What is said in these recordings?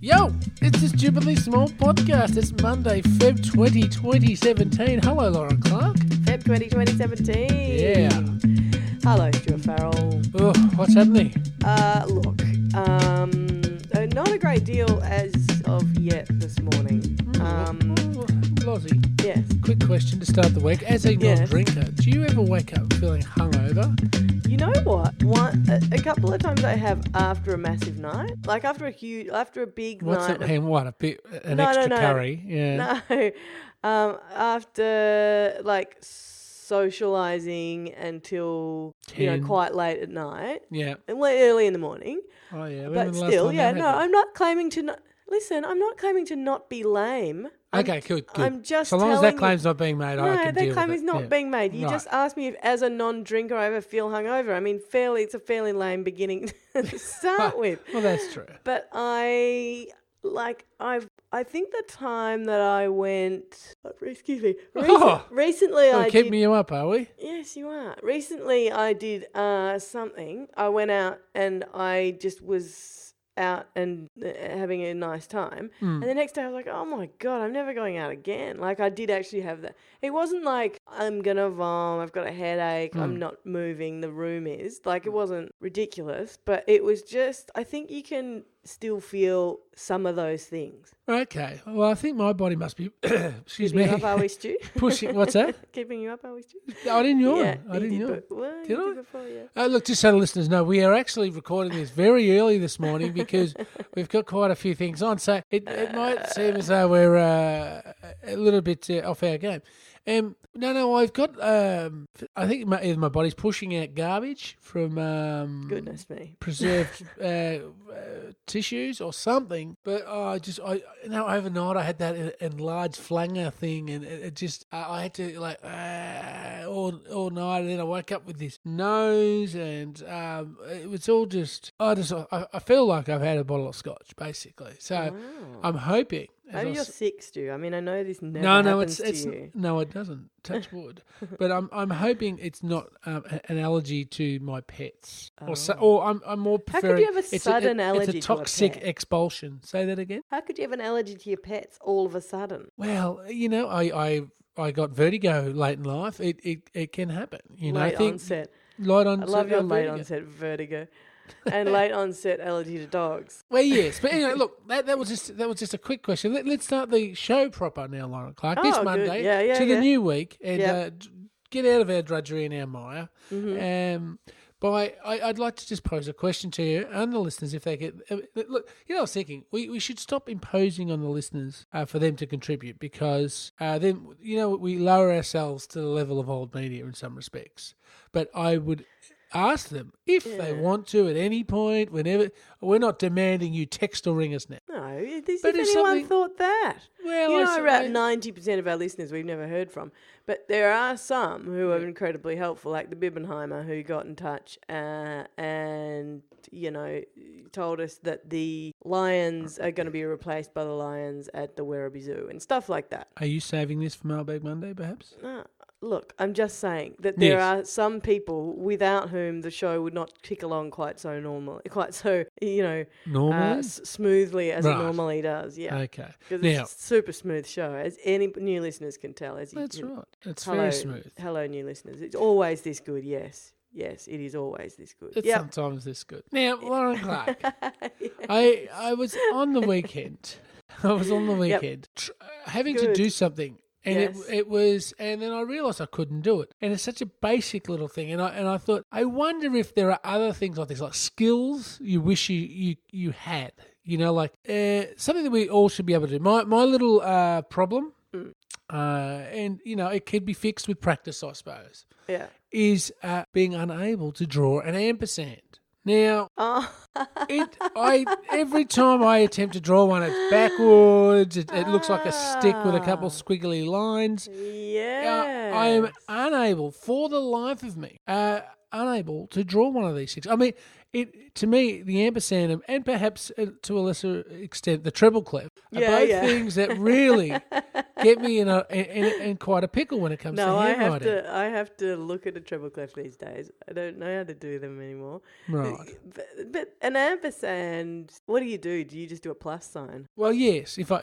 Yo, it's the Stupidly Small Podcast. It's Monday, Feb 20, 2017. Hello, Lauren Clark. Feb 20, 2017. Yeah. Hello, Stuart Farrell. Oh, what's happening? Uh, look, um, uh, not a great deal as of yet this morning. Um, Oh, Lozzie, yes. quick question to start the week. As a Yeah. non-drinker, do you ever wake up feeling hungover? You know what? One, a, a couple of times I have after a massive night, like after a huge, after a big What's night. it of- mean? What, a bit, an No, no, extra no. curry? Yeah. no, um, after like socializing until you Ten. know quite late at night, Yeah. and late early in the morning. Oh, yeah. When But was the last still, time yeah, that no, happened? I'm not claiming to not. Listen, I'm not claiming to not be lame. I'm- Okay, good, good. I'm just So long as telling that you- claim's not being made, No, I can deal that claim with is it. not Yeah. being made. You Right. just asked me if, as a non-drinker, I ever feel hungover. I mean, fairly, it's a fairly lame beginning to start with. Well, that's true. But I like I've. I think the time that I went, oh, excuse me, recent, Oh. recently Oh, I keeping did you up, are we? Yes, you are. Recently, I did uh, something. I went out and I just was out and uh, having a nice time. Hmm. And the next day, I was like, oh my God, I'm never going out again. Like, I did actually have that. It wasn't like, I'm going to vom, I've got a headache, Hmm. I'm not moving, the room is. Like, it wasn't ridiculous, but it was just, I think you can still feel some of those things. Okay. Well, I think my body must be, excuse Keeping you me, up, are we, Stu? pushing. What's that? Keeping you up, are we, Stu? I didn't yawn. I you didn't did yawn. be- well, Did you I? Did before, yeah. Uh, look, just so the listeners know, we are actually recording this very early this morning because we've got quite a few things on. So it, it might seem as though we're uh, a little bit uh, off our game. Um, no, no, I've got. Um, I think my, either my body's pushing out garbage from um, Goodness me. preserved uh, uh, tissues or something. But I just, I you know, overnight I had that en- enlarged flanger thing, and it, it just, I I had to like ah, all all night, and then I woke up with this nose, and um, it was all just, I just, I, I feel like I've had a bottle of scotch basically. So I'm hoping. as I Maybe you're s- sick, Stu. I mean, I know this never no, happens no, it's to it's you. no, it doesn't. Touch wood, but I'm I'm hoping it's not um, a- an allergy to my pets, or so, or I'm I'm more. Oh. How could preferring- you have a it's sudden it- allergy to a It's a toxic pet? expulsion. Say that again. How could you have an allergy to your pets all of a sudden? Well, you know, I I I got vertigo late in life. It it, it can happen. You know, late I think onset. light I onset. love your of late vertigo. onset vertigo, and late onset allergy to dogs. Well, yes, but anyway, look, that, that was just that was just a quick question. Let, let's start the show proper now, Lauren Clark. this Oh, good. Monday Yeah, yeah, to the yeah. new week, and Yep. uh, d- get out of our drudgery and our mire. Mm-hmm. Um, by I, I'd like to just pose a question to you and the listeners, if they get uh, look. You know, I was thinking we, we should stop imposing on the listeners uh, for them to contribute because uh, then you know we lower ourselves to the level of old media in some respects. But I would ask them if they want to at any point, whenever. We're not demanding you text or ring us now. No, it- this, But if it's anyone something- thought that. Well, I you know, s- I- about ninety percent of our listeners we've never heard from, but there are some who are incredibly helpful, like the Bibbenheimer, who got in touch uh, and you know told us that the lions are going to be replaced by the lions at the Werribee Zoo and stuff like that. Are you saving this for Mailbag Monday, perhaps? No, look, I'm just saying that there Yes. are some people without whom the show would not tick along quite so normally, quite so you know Normally? uh, s- smoothly as Right. it normally does. Yeah. Okay. Because Now, it's a super smooth show, as any new listeners can tell. As you, that's you know. right. It's Hello, very smooth. Hello, new listeners. It's always this good. Yes, yes, it is always this good. It's Yep. sometimes this good. Now, Lauren Clark, I I was on the weekend. I was on the Yep. weekend tr- uh, having to Good. do something. And Yes. it, it was, and then I realised I couldn't do it. And it's such a basic little thing. And I and I thought, I wonder if there are other things like this, like skills you wish you you, you had. You know, like uh, something that we all should be able to do. My my little uh, problem, Mm. uh, and you know, it could be fixed with practice, I suppose. Yeah. is uh, being unable to draw an ampersand. Now, Oh, it, I every time I attempt to draw one, it's backwards. It, it looks like a stick with a Ah. couple squiggly lines. Uh, Yeah. I am unable, for the life of me, uh, unable to draw one of these things. I mean, it to me the ampersand and- and perhaps uh, to a lesser extent the treble clef are Yeah, both yeah. things that really get me in a in, in, in quite a pickle when it comes No, to I handwriting. have to. I have to look at a treble clef these days. I don't know how to do them anymore. Right. But, but an ampersand. What do you do? Do you just do a plus sign? Well, yes, if I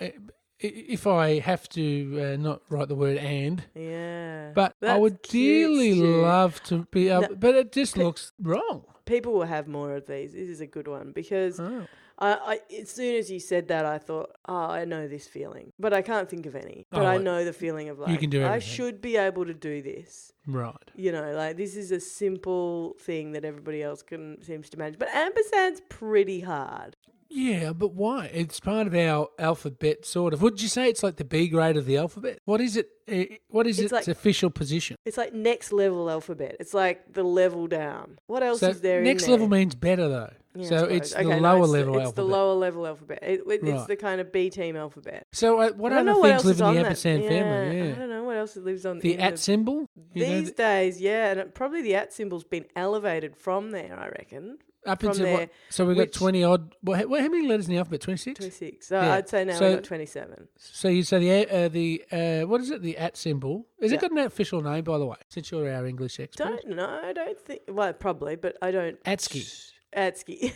if I have to uh, not write the word and, Yeah. but I That's would cute, dearly Stu. love to be able, No. but it just looks wrong. People will have more of these. This is a good one because Oh. I, I, as soon as you said that, I thought, oh, I know this feeling, but I can't think of any. But Oh, I it- know the feeling of like, can do I everything. should be able to do this. Right. You know, like this is a simple thing that everybody else can seems to manage. But ampersand's pretty hard. Yeah, but why? It's part of our alphabet, sort of. Would you say it's like the B grade of the alphabet? What is it? eh, What is It's its, like- official position? It's like next level alphabet. It's like the level down. What else So is there? in next there? level means better, though. Yeah, I so suppose. it's the Okay, no, lower it's the- level it's alphabet. the lower level alphabet. It, it- it's Right. the kind of B team alphabet. so uh, what I don't other know what things else live is in on the that. ampersand family? I Yeah. don't know what else lives on The in at symbol. You know, These the- days, yeah, and it, probably the at symbol's been elevated from there, I reckon. up from into there, what? So we've which- got twenty odd. Well, how, well, how many letters in the alphabet? Twenty six. 26. So Yeah. I'd say now So- we've got 27. So you say the uh, the uh, what is it? The at symbol. Has Yeah. it got an official name, by the way? Since you're our English expert. Don't know. I don't think. Well, probably, but I don't. Atski. Atski.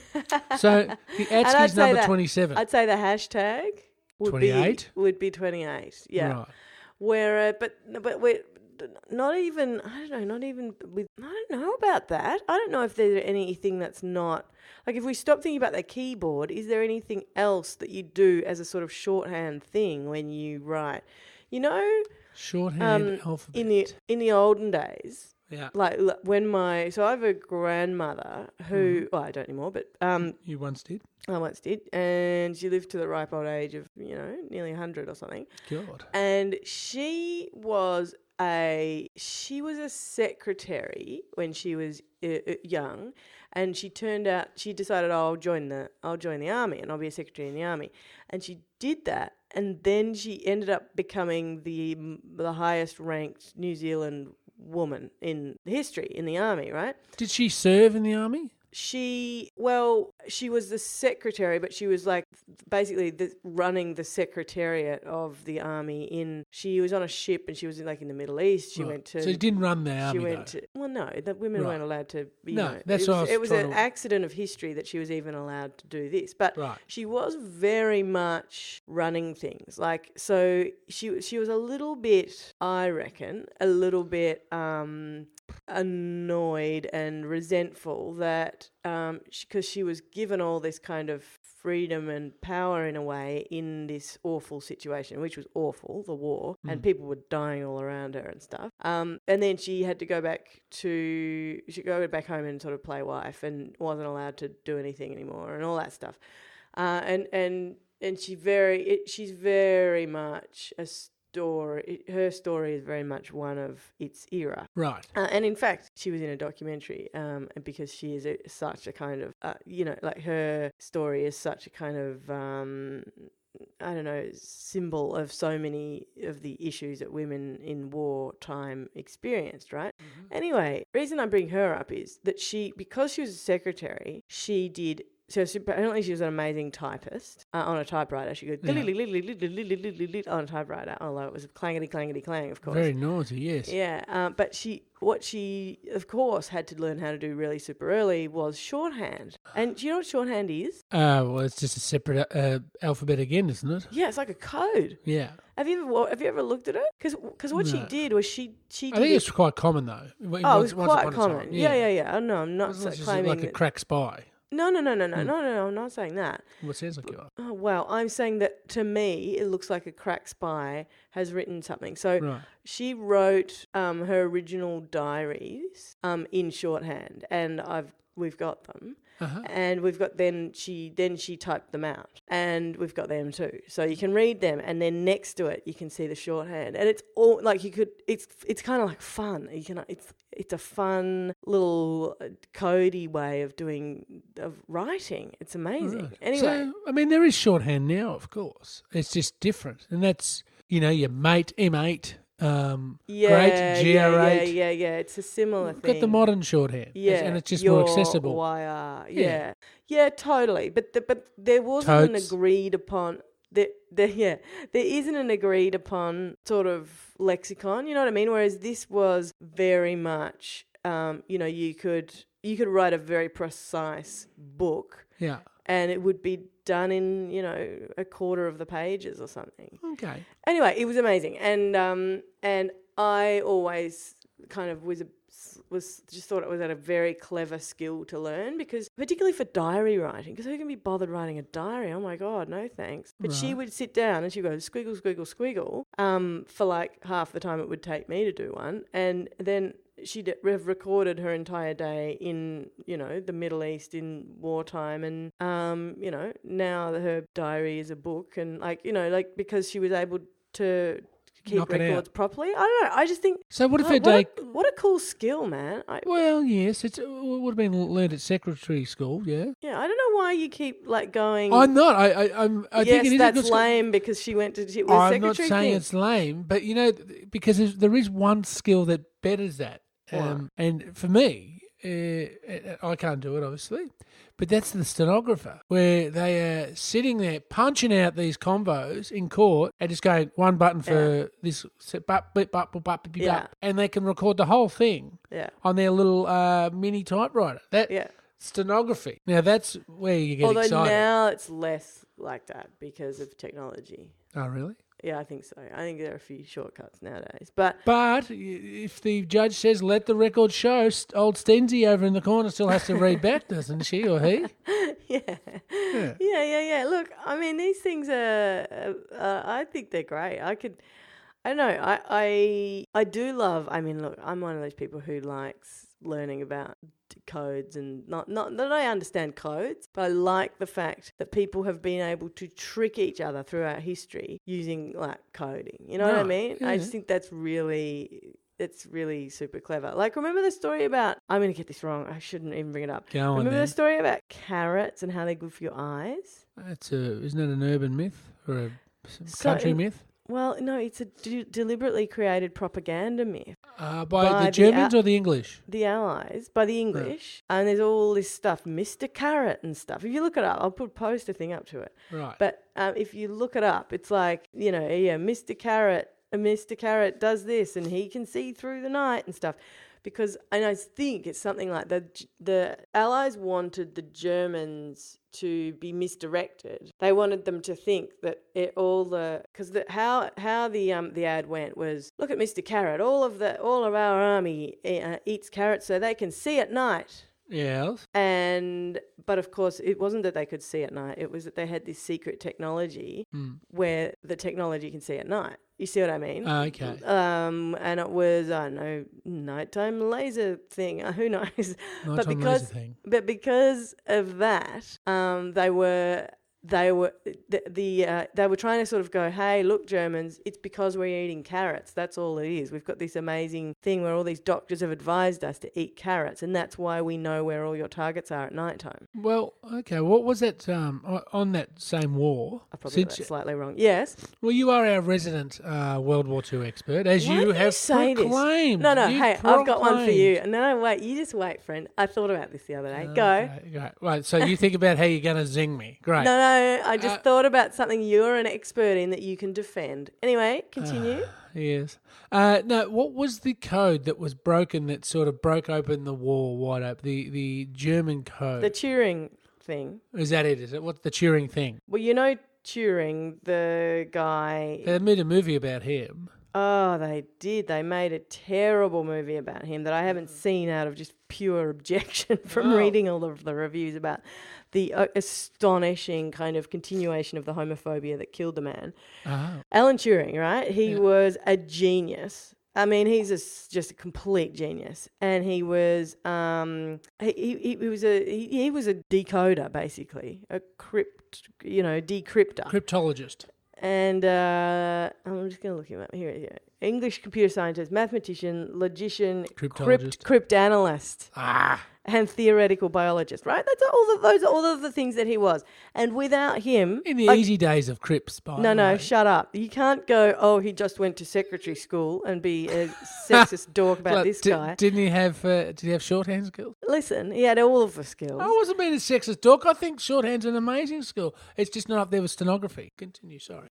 So the And I'd Atski's say number that- twenty seven. I'd say the hashtag would 28? be would be 28. Yeah. Right. Where, uh, but but we're not even. I don't know. Not even with. I don't know about that. I don't know if there's anything that's not like if we stop thinking about the keyboard. Is there anything else that you do as a sort of shorthand thing when you write? You know, Shorthand um, alphabet. in the in the olden days, yeah. like l- when my so I have a grandmother who well, I don't anymore, but um, You once did. I once did, and she lived to the ripe old age of you know nearly hundred or something, God. and she was a she was a secretary when she was uh, uh, young, and she turned out she decided "Oh, I'll join the I'll join the army and I'll be a secretary in the army, and she did that, and then she ended up becoming the the highest ranked New Zealand woman in history in the army, right? Did she serve in the army? she well she was the secretary but she was like basically the, running the secretariat of the army in she was on a ship and she was in, like in the middle east she Right. went to So you didn't run the she army. went though. to well no the women Right. weren't allowed to you No, know, that's it what was, I was it was trying an to- accident of history that she was even allowed to do this but Right. she was very much running things like so she she was a little bit i reckon a little bit um annoyed and resentful that um because she was given all this kind of freedom and power in a way in this awful situation which was awful the war and people were dying all around her and stuff um and then she had to go back to she go back home and sort of play wife and wasn't allowed to do anything anymore and all that stuff uh, and and and she very it, she's very much a story. it- her story is very much one of its era. Right. Uh, and in fact, she was in a documentary um, and because she is a, such a kind of, uh, you know, like her story is such a kind of, um, I don't know, symbol of so many of the issues that women in wartime experienced, right? Anyway, reason I bring her up is that she, because she was a secretary, she did. So she, apparently she was an amazing typist uh, on a typewriter. She goes Yeah. on a typewriter, although it was clangety clangety clang, of course. Very naughty. Yes. Yeah, um, but she, what she, of course, had to learn how to do really super early was shorthand. And do you know what shorthand is? Uh, well, it's just a separate uh, alphabet again, isn't it? Yeah, it's like a code. Yeah. Have you ever wa- have you ever looked at it? Because what she No. did was she she did I think it- it's quite common though. Once- oh it was once upon quite a time, common. Yeah, yeah, yeah. Oh, no, I'm not It's so just claiming. like a hmm. that- crack spy. no, no, no, no, no, no, no, no. I'm not saying that. Well, it sounds like you are. Oh wow, I'm saying that to me, it looks like a crack spy has written something. So Right. she wrote um, her original diaries um, in shorthand, and I've we've got them, Uh-huh. and we've got then she then she typed them out, and we've got them too. So you can read them, and then next to it you can see the shorthand, and it's all like you could. It's it's kind of like fun. You can it's it's a fun little uh, codey way of doing of writing. It's amazing. Right. Anyway. So, I mean, there is shorthand now, of course. It's just different, and that's you know your mate M eight um, Yeah, great GR8. yeah, yeah, yeah, yeah. It's a similar We've thing. got the modern short hair, yeah, and it's just your more accessible. YR, yeah. Yeah. yeah, totally. But the, but there wasn't Totes. an agreed upon. There, there, yeah, there isn't an agreed upon sort of lexicon. You know what I mean? Whereas this was very much, um, you know, you could you could write a very precise book, Yeah, and it would be done in you know a quarter of the pages or something okay, anyway, it was amazing, and um, and I always kind of was a, was just thought it was a very clever skill to learn because particularly for diary writing, because who can be bothered writing a diary? Oh my god, no thanks. But she Right. would sit down and she would go squiggle, squiggle, squiggle, um, for like half the time it would take me to do one, and then. She'd have recorded her entire day in, you know, the Middle East in wartime, and um, you know, now her diary is a book, and like, you know, like because she was able to keep Knock it out. records properly. I don't know. I just think so what if oh, her what, day? a, what a cool skill, man. I, Well, yes, it's, it would have been learned at secretary school. Yeah, yeah, I don't know why you keep like going. I'm not. I, I, I'm. I Mm. yes, think it is that's a good school. lame because she went to she was I'm not secretary saying thing. it's lame, but you know, th- because there's- there is one skill that betters that. What? Um, and for me, uh, I can't do it, obviously, but that's the stenographer, where they are sitting there punching out these combos in court and just going one button for this, se- bup, blip, bup, bup, bup, bup, bup, Yeah. and they can record the whole thing yeah, on their little uh, mini typewriter. That yeah. stenography. Now that's where you get Although excited. now it's less like that because of technology. oh, really? Yeah, I think so. I think there are a few shortcuts nowadays, but But if the judge says let the record show, st- old Stenzi over in the corner still has to read back, doesn't she or he? yeah. yeah, yeah, yeah. Look, I mean, these things are. Uh, I think they're great. I could. I don't know. I, I I do love. I mean, look, I'm one of those people who likes learning about d- codes and not not that I understand codes, but I like the fact that people have been able to trick each other throughout history using like coding. You know what I Right. mean? I just Yeah. think that's really. It's really super clever. Like, remember the story about? I'm going to get this wrong. I shouldn't even bring it up. Go on Remember then. the story about carrots and how they're good for your eyes? That's a isn't it an urban myth or a s- So country in- myth? Well, no, it's a de- deliberately created propaganda myth. Uh, by, by the the Germans Al- or the English? The Allies by the English, and there's all this stuff, Mr. Carrot and stuff. If you look it up, I'll put a poster thing up to it. Right. But um, if you look it up, it's like you know, yeah, Mr. Carrot, uh, Mr. Carrot does this, and he can see through the night and stuff. Because and I think it's something like the G- the Allies wanted the Germans to be misdirected. They wanted them to think that it, all the because the, how how the um the ad went was look at Mr. Carrot. All of the all of our army uh, eats carrots so they can see at night. yes. And but of course, it wasn't that they could see at night. It was that they had this secret technology Hmm. where the technology can see at night. You see what I mean? Uh, Okay. Um, and it was I don't know nighttime laser thing. uh, Who knows? Nighttime but laser because thing. but because of that, um, they were they were the, the uh, they were trying to sort of go, hey, look, Germans, it's because we're eating carrots. That's all it is. We've got this amazing thing where all these doctors have advised us to eat carrots, and that's why we know where all your targets are at night time. Well, okay. What was that um, o- on that same war? I probably got Since- that slightly wrong. Yes. well, you are our resident uh, World War II expert, as Why you do have say this? proclaimed. No, no. You hey, I've got one for proclaimed. you. No, wait. You just wait, friend. I thought about this the other day. Go. Okay, Right, right. So you think about how you're going to zing me. Great. No, no, I just Uh, thought about something you're an expert in that you can defend. Anyway, continue. Yes. Uh, no, what was the code that was broken that sort of broke open the war wide open? The the German code. the Turing thing. is that it? Is it? What's the Turing thing? Well, you know Turing, the guy. They made a movie about him. Oh, they did. They made a terrible movie about him that I haven't seen out of just pure objection from Mm-hmm. Oh. reading all of the reviews about the uh, astonishing kind of continuation of the homophobia that killed the man. Oh, Alan Turing, right? He was a genius. I mean, he's a s just a complete genius, and he was um, he, he, he was a he, he was a decoder basically, a crypt, you know, decryptor. cryptologist. and uh, I'm just gonna look him up here. Yeah, English computer scientist, mathematician, logician, Cryptologist. crypt, cryptanalyst, Ah, and theoretical biologist. Right? That's all. The, those are all of the things that he was. And without him, in the like, easy days of Crips, by no, the no, way. shut up. You can't go. Oh, he just went to secretary school and be a sexist dork about Like, this di- guy. Didn't he have? Uh, did he have shorthand skills? Listen, he had all of the skills. I wasn't being a sexist dork. I think shorthand's an amazing skill. It's just not up there with stenography. Continue. Sorry.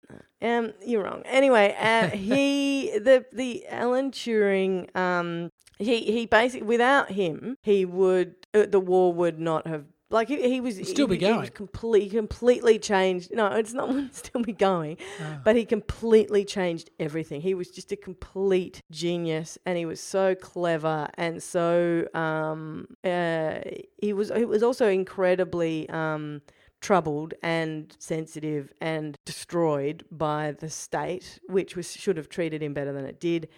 Um, you're wrong. Anyway, uh, he the the Alan Turing. Um, he he basically without him, he would uh, the war would not have like he, he was still be he- he was going. completely completely changed. No, it's not would still be going, Ah. but he completely changed everything. He was just a complete genius, and he was so clever and so um uh he was he was also incredibly um troubled and sensitive and destroyed by the state, which was should have treated him better than it did.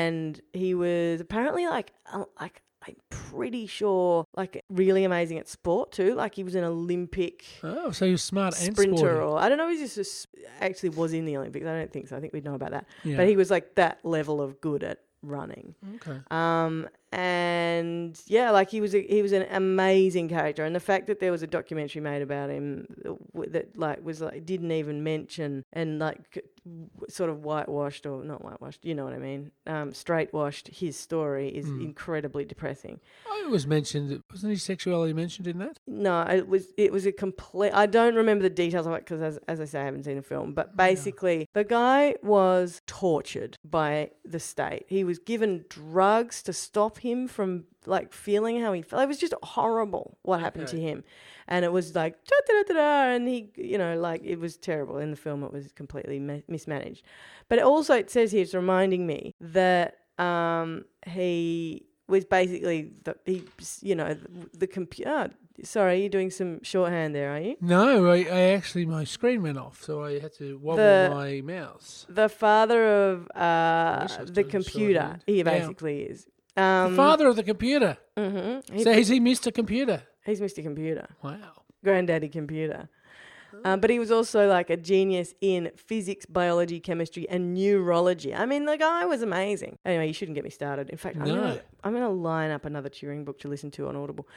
And he was apparently like uh, like I'm pretty sure like really amazing at sport too. Like he was an Olympic. Oh, so you're smart and Sprinter, sporty. or I don't know, he just was- actually was in the Olympics. I don't think so. I think we'd know about that. Yeah. But he was like that level of good at running. okay. Um, and yeah, like he was a, he was an amazing character, and the fact that there was a documentary made about him w- that like was like didn't even mention and like c- w- sort of whitewashed or not whitewashed, you know what I mean? Um, straightwashed his story is incredibly depressing. Oh, it was mentioned. Wasn't his sexuality mentioned in that? No, it was it was a complete. I don't remember the details of it because, as, as I say, I haven't seen the film. But basically, the guy was tortured by the state. He was given drugs to stop him from like feeling how he felt. It was just horrible what happened to him, and it was like da da da da, and he, you know, like it was terrible. In the film, it was completely ma- mismanaged. But it also, it says here, it's reminding me that um, he was basically the, he, you know, the, uh, the computer. Sorry, you're doing some shorthand there, are you? No, I, I actually my screen went off, so I had to wobble The- my mouse. The father of uh, wish I was the doing computer, shorthand. he Yeah. basically is. Um, the father of the computer. mhm. He- So is he Mr. Computer? he's Mr. Computer, Wow. granddaddy computer. Um, but he was also like a genius in physics, biology, chemistry, and neurology. I mean, the guy was amazing. Anyway, you shouldn't get me started. In fact, I'm No. gonna I'm gonna line up another Turing book to listen to on Audible.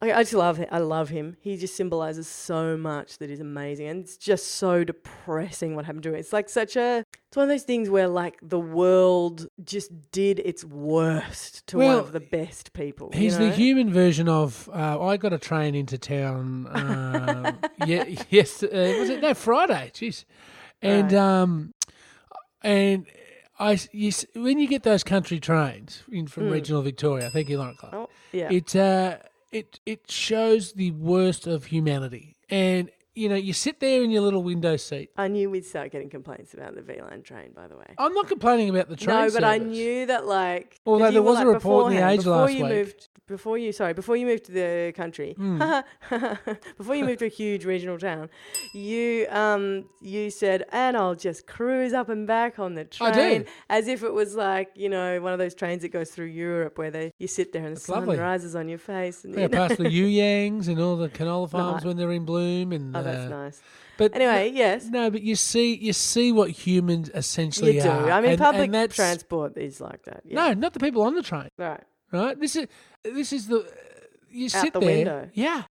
I, I just love I love him. He just symbolizes so much that is amazing, and it's just so depressing what happened to him. It's like such a it's one of those things where like the world just did its worst to Well, one of the best people. you He's the know? human version of. Uh, I got a train into town. Um, yeah, yes, uh, was it no Friday? Jeez, and um, and I you, s- when you get those country trains in from Hmm. regional Victoria, thank you, Lauren Clark. Oh, yeah. It uh, it it shows the worst of humanity, and you know you sit there in your little window seat. I knew we'd start getting complaints about the VLAN train, by the way. I'm not complaining about the Oh, train. No, but I service. knew that like if Although you there were, was a like, report in The beforehand, Age before last you week. Hmm. moved before you sorry before you moved to the country before you moved to a huge regional town you um you said and I'll just cruise up and back on the I train do. as if it was like you know one of those trains that goes through Europe where they you sit there and the sun lovely. rises on your face and Yeah, you know, past the Yu Yangs and all the canola farms when they're in bloom, and oh that's uh, nice But anyway yes No, but you see, you see what humans essentially you do are. I mean and- public and that's- transport is like that yeah. No, not the people on the train. right Right? This is this is the you sit the there, window. Oh. yeah,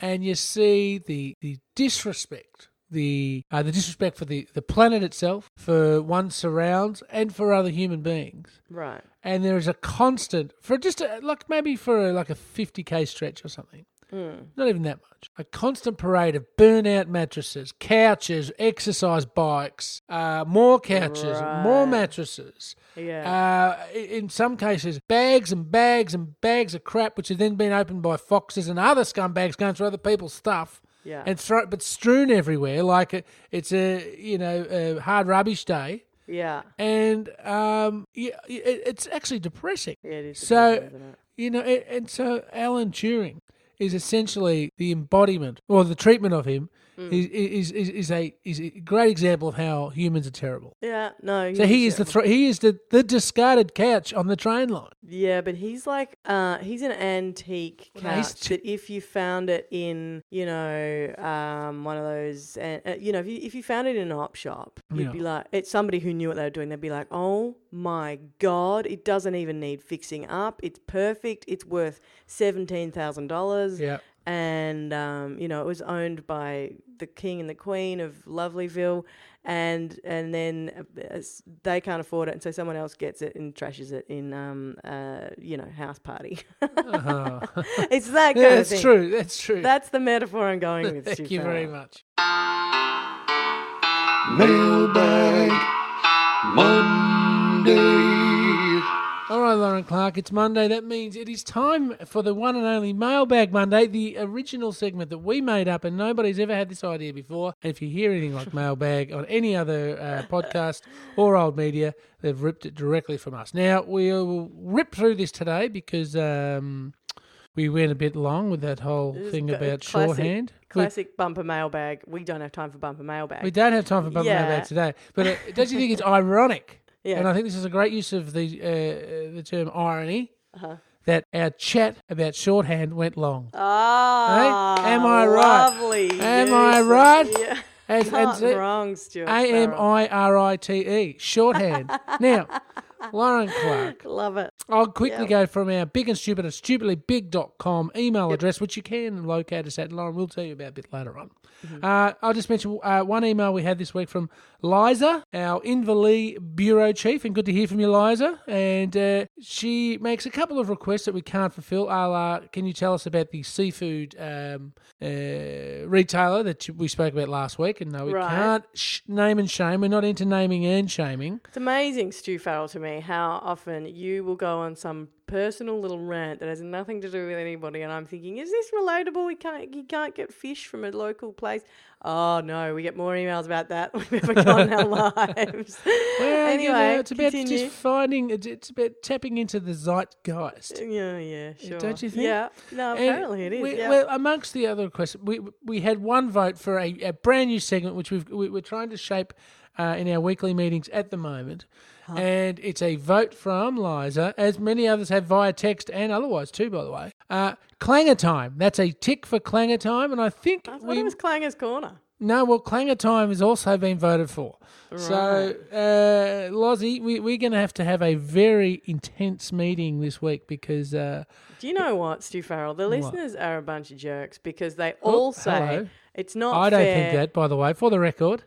and you see the the disrespect, the uh, the disrespect for the the planet itself, for one's surrounds, and for other human beings. right And there is a constant for just a, like maybe for a, like a fifty k stretch or something. Hmm. Not even that much. A constant parade of burnout mattresses, couches, exercise bikes, uh, more couches, more mattresses. yeah. Uh, i- in some cases, bags and bags and bags of crap, which have then been opened by foxes and other scumbags going through other people's stuff. Yeah. And throw, but strewn everywhere like it it's a you know a hard rubbish day, yeah. and um, yeah, it, it's actually depressing. Yeah, it is So, depressing, isn't it? you know, and, and so Alan Turing is essentially the embodiment, or the treatment of him is, is, is, is a is a great example of how humans are terrible. Yeah, no. So he is the terrible. thr he is the, the discarded couch on the train line. Yeah, but he's like uh he's an antique Well, no, he's couch t- that if you found it in, you know, um one of those and uh, you know, if you if you found it in an op shop, you'd Yeah. be like it's somebody who knew what they were doing, they'd be like, "Oh my god, it doesn't even need fixing up. It's perfect. It's worth $17,000." Yeah, and um, you know it was owned by the king and the queen of Lovelyville, and and then uh, s- they can't afford it, and so someone else gets it and trashes it in um, uh, you know house party. uh it's that kind of that's thing. true. That's true. That's the metaphor I'm going with. Thank you Shufella. very much. Mailbag Monday. All right, Lauren Clark, it's Monday. That means it is time for the one and only Mailbag Monday, the original segment that we made up, and nobody's ever had this idea before. And if you hear anything like Mailbag on any other uh, podcast or old media, they've ripped it directly from us. Now, we'll rip through this today because um, we went a bit long with that whole This is thing g- about classic- shorthand. We- Classic bumper mailbag. We don't have time for bumper mailbag. We don't have time for Bumble Yeah. Mailbag today, but uh, don't you think it's ironic? Yeah. And I think this is a great use of the uh, the term irony Uh-huh. that our chat about shorthand went long. Eh? Ah, Am I right? lovely. Am I Yes. right? Yeah. And- and Not so- wrong, Stuart. A M I R I T E, shorthand. now, Lauren Clark, Farrell. Love it. I'll quickly go from our big and stupid at stupidlybig.com email address, which you can locate us at. Lauren, we'll tell you about a bit later on. Uh, I'll just mention uh, one email we had this week from Liza, our Inverleigh bureau chief, and good to hear from you, Liza. And uh, she makes a couple of requests that we can't fulfil. A la, can you tell us about the seafood um, uh, retailer that you- we spoke about last week? And no, we Right. can't sh- name and shame. We're not into naming and shaming. It's amazing, Stu Farrell, to me how often you will go on some personal little rant that has nothing to do with anybody, and I'm thinking, is this relatable? We can't, you can't get fish from a local place. Oh no, we get more emails about that than we've ever got in our lives. Well, anyway, you know, it's about continue. just finding. It's, it's about tapping into the zeitgeist. yeah, yeah, sure. Don't you think? Yeah, no, And apparently it is. we- yeah. Well, amongst the other questions, we we had one vote for a, a brand new segment which we've, we, we're trying to shape uh, in our weekly meetings at the moment, and it's a vote from Liza, as many others have via text and otherwise too. By the way, uh, clanger time. That's a tick for clanger time, and I think I thought we it was Clanger's Corner. no, well, Clanger Time has also been voted for. So, uh, Lozzie, we, we're going to have to have a very intense meeting this week because, uh, Do you know what, Stu Farrell? The listeners are a bunch of jerks because they all say Oh, hello. it's not. I don't fair. think that, by the way, for the record.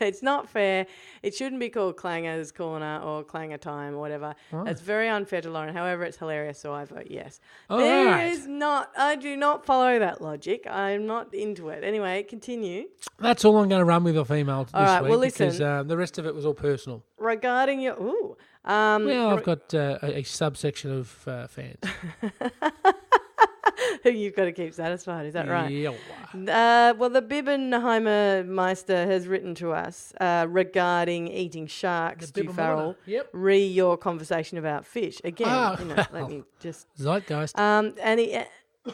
it's not fair. It shouldn't be called Clanger's Corner or Clanger Time or whatever. That's very unfair to Lauren. However, it's hilarious, so I vote yes. There is right. not. I do not follow that logic. I'm not into it. Anyway, continue. That's all I'm going to run with off email this right, week well, because listen. uh, the rest of it was all personal. Regarding your ooh, um, Well, I've got uh, a, a subsection of uh, fans. who you've got to keep satisfied. Is that right? Yeah. Uh, well, the Bibbenheimer Meister has written to us uh, regarding eating sharks, The Stu Bibbenheimer, Farrell. yep. Re your conversation about fish. Again, Ah, you know, well. let me just Zeitgeist. Um, and he, uh,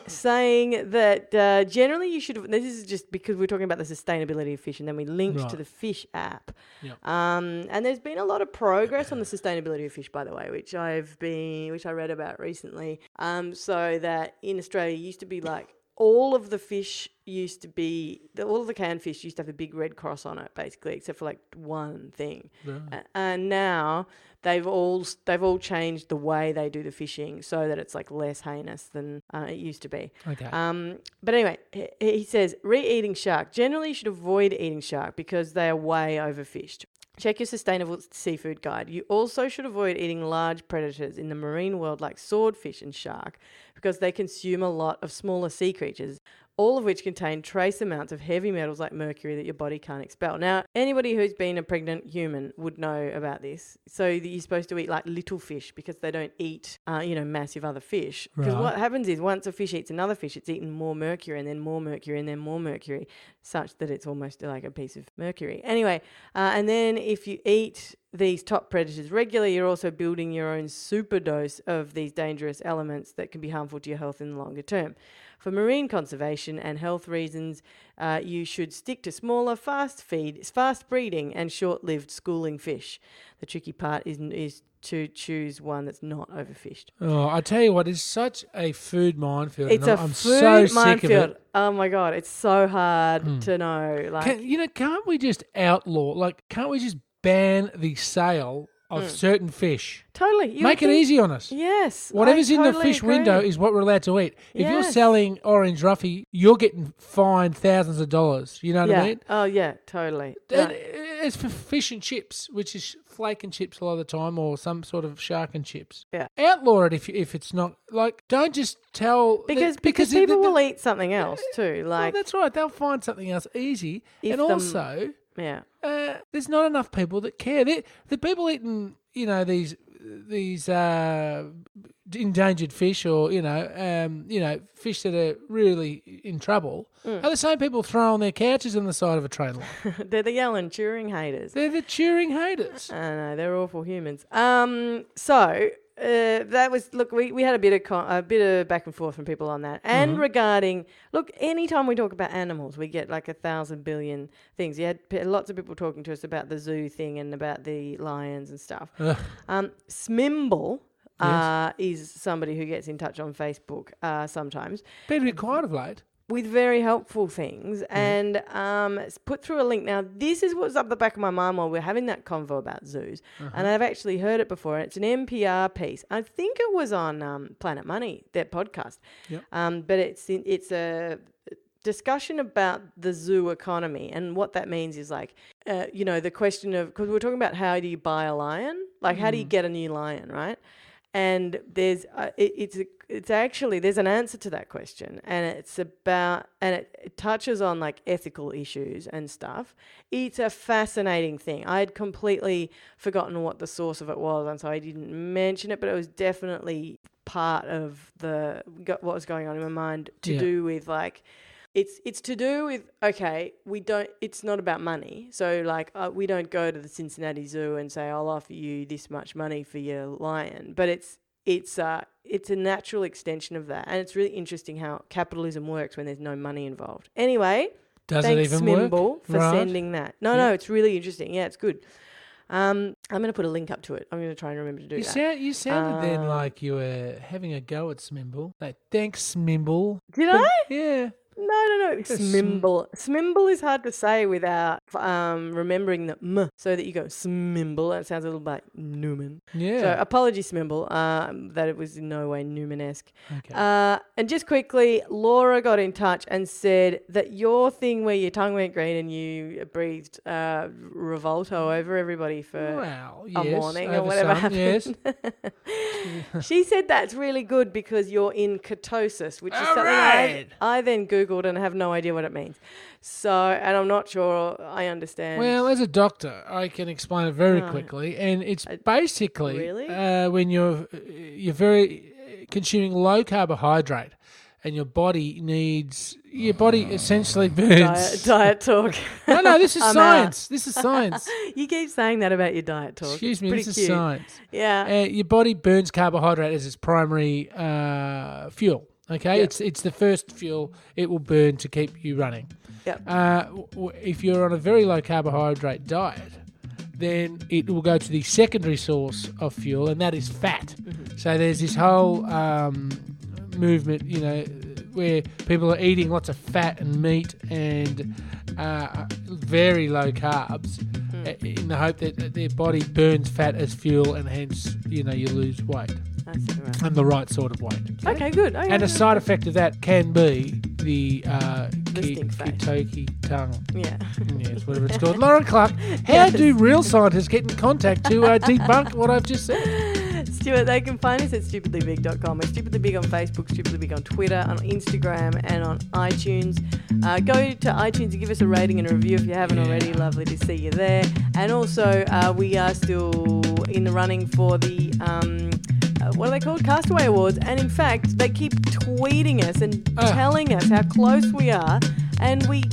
saying that uh, generally you should. This is just because we're talking about the sustainability of fish, and then we linked Right. to the fish app. Yeah. Um, and there's been a lot of progress on the sustainability of fish, by the way, which I've been, which I read about recently. Um, so that in Australia it used to be like all of the fish used to be the, all of the canned fish used to have a big red cross on it, basically, except for like one thing. A- And now they've all s- they've all changed the way they do the fishing so that it's like less heinous than uh, it used to be. okay. Um, but anyway, he, he says re-eating shark. Generally, you should avoid eating shark because they are way overfished. Check your sustainable seafood guide. You also should avoid eating large predators in the marine world like swordfish and shark because they consume a lot of smaller sea creatures, all of which contain trace amounts of heavy metals like mercury that your body can't expel. Now, anybody who's been a pregnant human would know about this. So that you're supposed to eat like little fish because they don't eat, uh, you know, massive other fish. Because Right. what happens is once a fish eats another fish, it's eaten more mercury and then more mercury and then more mercury, such that it's almost like a piece of mercury. Anyway, uh, and then if you eat these top predators regularly, you're also building your own superdose of these dangerous elements that can be harmful to your health in the longer term. For marine conservation and health reasons, Uh, you should stick to smaller, fast feed, fast breeding, and short-lived schooling fish. The tricky part is is to choose one that's not overfished. Oh, I tell you what, it's such a food minefield. It's and a I'm food so minefield. sick of it. Hmm. Oh my god, it's so hard to know. Like, Can, you know, can't we just outlaw? Like, can't we just ban the sale of certain fish? totally, Hmm. you Make would it think- easy on us. Yes, I Whatever's in the totally fish window agree. is what we're allowed to eat. If you're Yes. selling orange roughy, you're getting fined thousands of dollars. You know what yeah. I mean? Oh yeah, totally. And uh, No. it's for fish and chips, which is flake and chips a lot of the time, or some sort of shark and chips. Yeah. Outlaw it if you, if it's not like. Don't just tell because because it- people the- will eat something else too. Well, Like that's right. They'll find something else easy, If and the- also yeah, uh, there's not enough people that care. The, the people eating, you know, these these uh, endangered fish or you know, um, you know, fish that are really in trouble Mm. are the same people throwing their couches on the side of a train line. they're the yelling, cheering haters. They're the cheering haters. I know they're awful humans. Um, so uh, that was look. We, we had a bit of con- a bit of back and forth from people on that, and Mm-hmm. regarding look, anytime we talk about animals, we get like a thousand billion things. You had p- lots of people talking to us about the zoo thing and about the lions and stuff. Um, Smimble. Uh, Is somebody who gets in touch on Facebook uh, sometimes Been a bit quiet of late. with very helpful things and um, it's put through a link. Now, this is what's up the back of my mind while we're having that convo about zoos. And I've actually heard it before. And it's an NPR piece. I think it was on um, Planet Money, their podcast. Yep. Um, but it's, in, it's a discussion about the zoo economy and what that means is like uh, you know the question of because we're talking about how do you buy a lion like how do you get a new lion right and there's uh, it, it's a, it's actually there's an answer to that question and it's about and it, it touches on like ethical issues and stuff it's a fascinating thing i had completely forgotten what the source of it was and so i didn't mention it but it was definitely part of the got what was going on in my mind to Yeah. do with like it's it's to do with okay we don't it's not about money so like uh, we don't go to the Cincinnati Zoo and say I'll offer you this much money for your lion but it's it's uh it's a natural extension of that and it's really interesting how capitalism works when there's no money involved anyway Does thanks it even Mimble work? for Right. sending that no no it's really interesting yeah it's good um I'm gonna put a link up to it I'm gonna try and remember to do You, that sound, you sounded then Um, like you were having a go at Smimble. Like, thanks, Smimble. did But- I Yeah. No, no, no. Smimble. Smimble is hard to say without um, remembering the m, so that you go smimble. That sounds a little bit Newman. So Yeah. apologies, Smimble, um, that it was in no way Newman-esque. okay. Uh, and just quickly, Laura got in touch and said that your thing where your tongue went green and you breathed uh, Revolto over everybody for Wow. a yes, morning over or whatever some, Yes. happened. she said that's really good because you're in ketosis, which is something Alright. I, I then Googled and have no idea what it means. So, and I'm not sure I understand. Well, as a doctor, I can explain it very Right. Uh, quickly, and it's basically really? uh, when you're you're very uh, consuming low carbohydrate, and your body needs your body essentially diet, burns. diet talk. no, no, this is I'm science. This is science. out. You keep saying that about your diet talk. Excuse It's me, pretty this is cute. science. Yeah. Uh, your body burns carbohydrate as its primary uh, fuel. Okay, it's it's the first fuel it will burn to keep you running. Yep. Uh, w- w- if you're on a very low carbohydrate diet, then it will go to the secondary source of fuel, and that is fat. Mm-hmm. So there's this whole um, movement, you know, where people are eating lots of fat and meat and uh, very low carbs Hmm. uh, in the hope that that their body burns fat as fuel, and hence, you know, you lose weight That's right. and the right sort of weight. Okay, good. Okay. And a side effect of that can be the uh, ki- Listing phase. ketoki tongue, yeah. yes, whatever it's called. Lauren Clark, how do real scientists get in contact to uh, debunk what I've just said? Stuart, they can find us at stupidlybig.com. We're stupidly big on Facebook, stupidly big on Twitter, on Instagram, and on iTunes. Uh, go to iTunes and give us a rating and a review if you haven't Yeah. already. Lovely to see you there. And also, uh, we are still in the running for the. Um, uh, what are they called? Castaway Awards. And in fact, they keep tweeting us and Ah. telling us how close we are, and we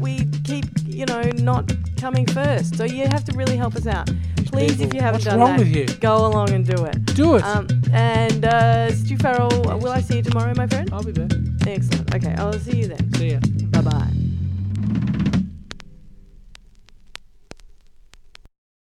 we keep you know not coming first. So you have to really help us out. Please, if people. you haven't What's done wrong that, with you? go along and do it. Do it. Um, and uh, Stu Farrell, will I see you tomorrow, my friend? I'll be back. Excellent. Okay, I'll see you then. See ya. Bye bye.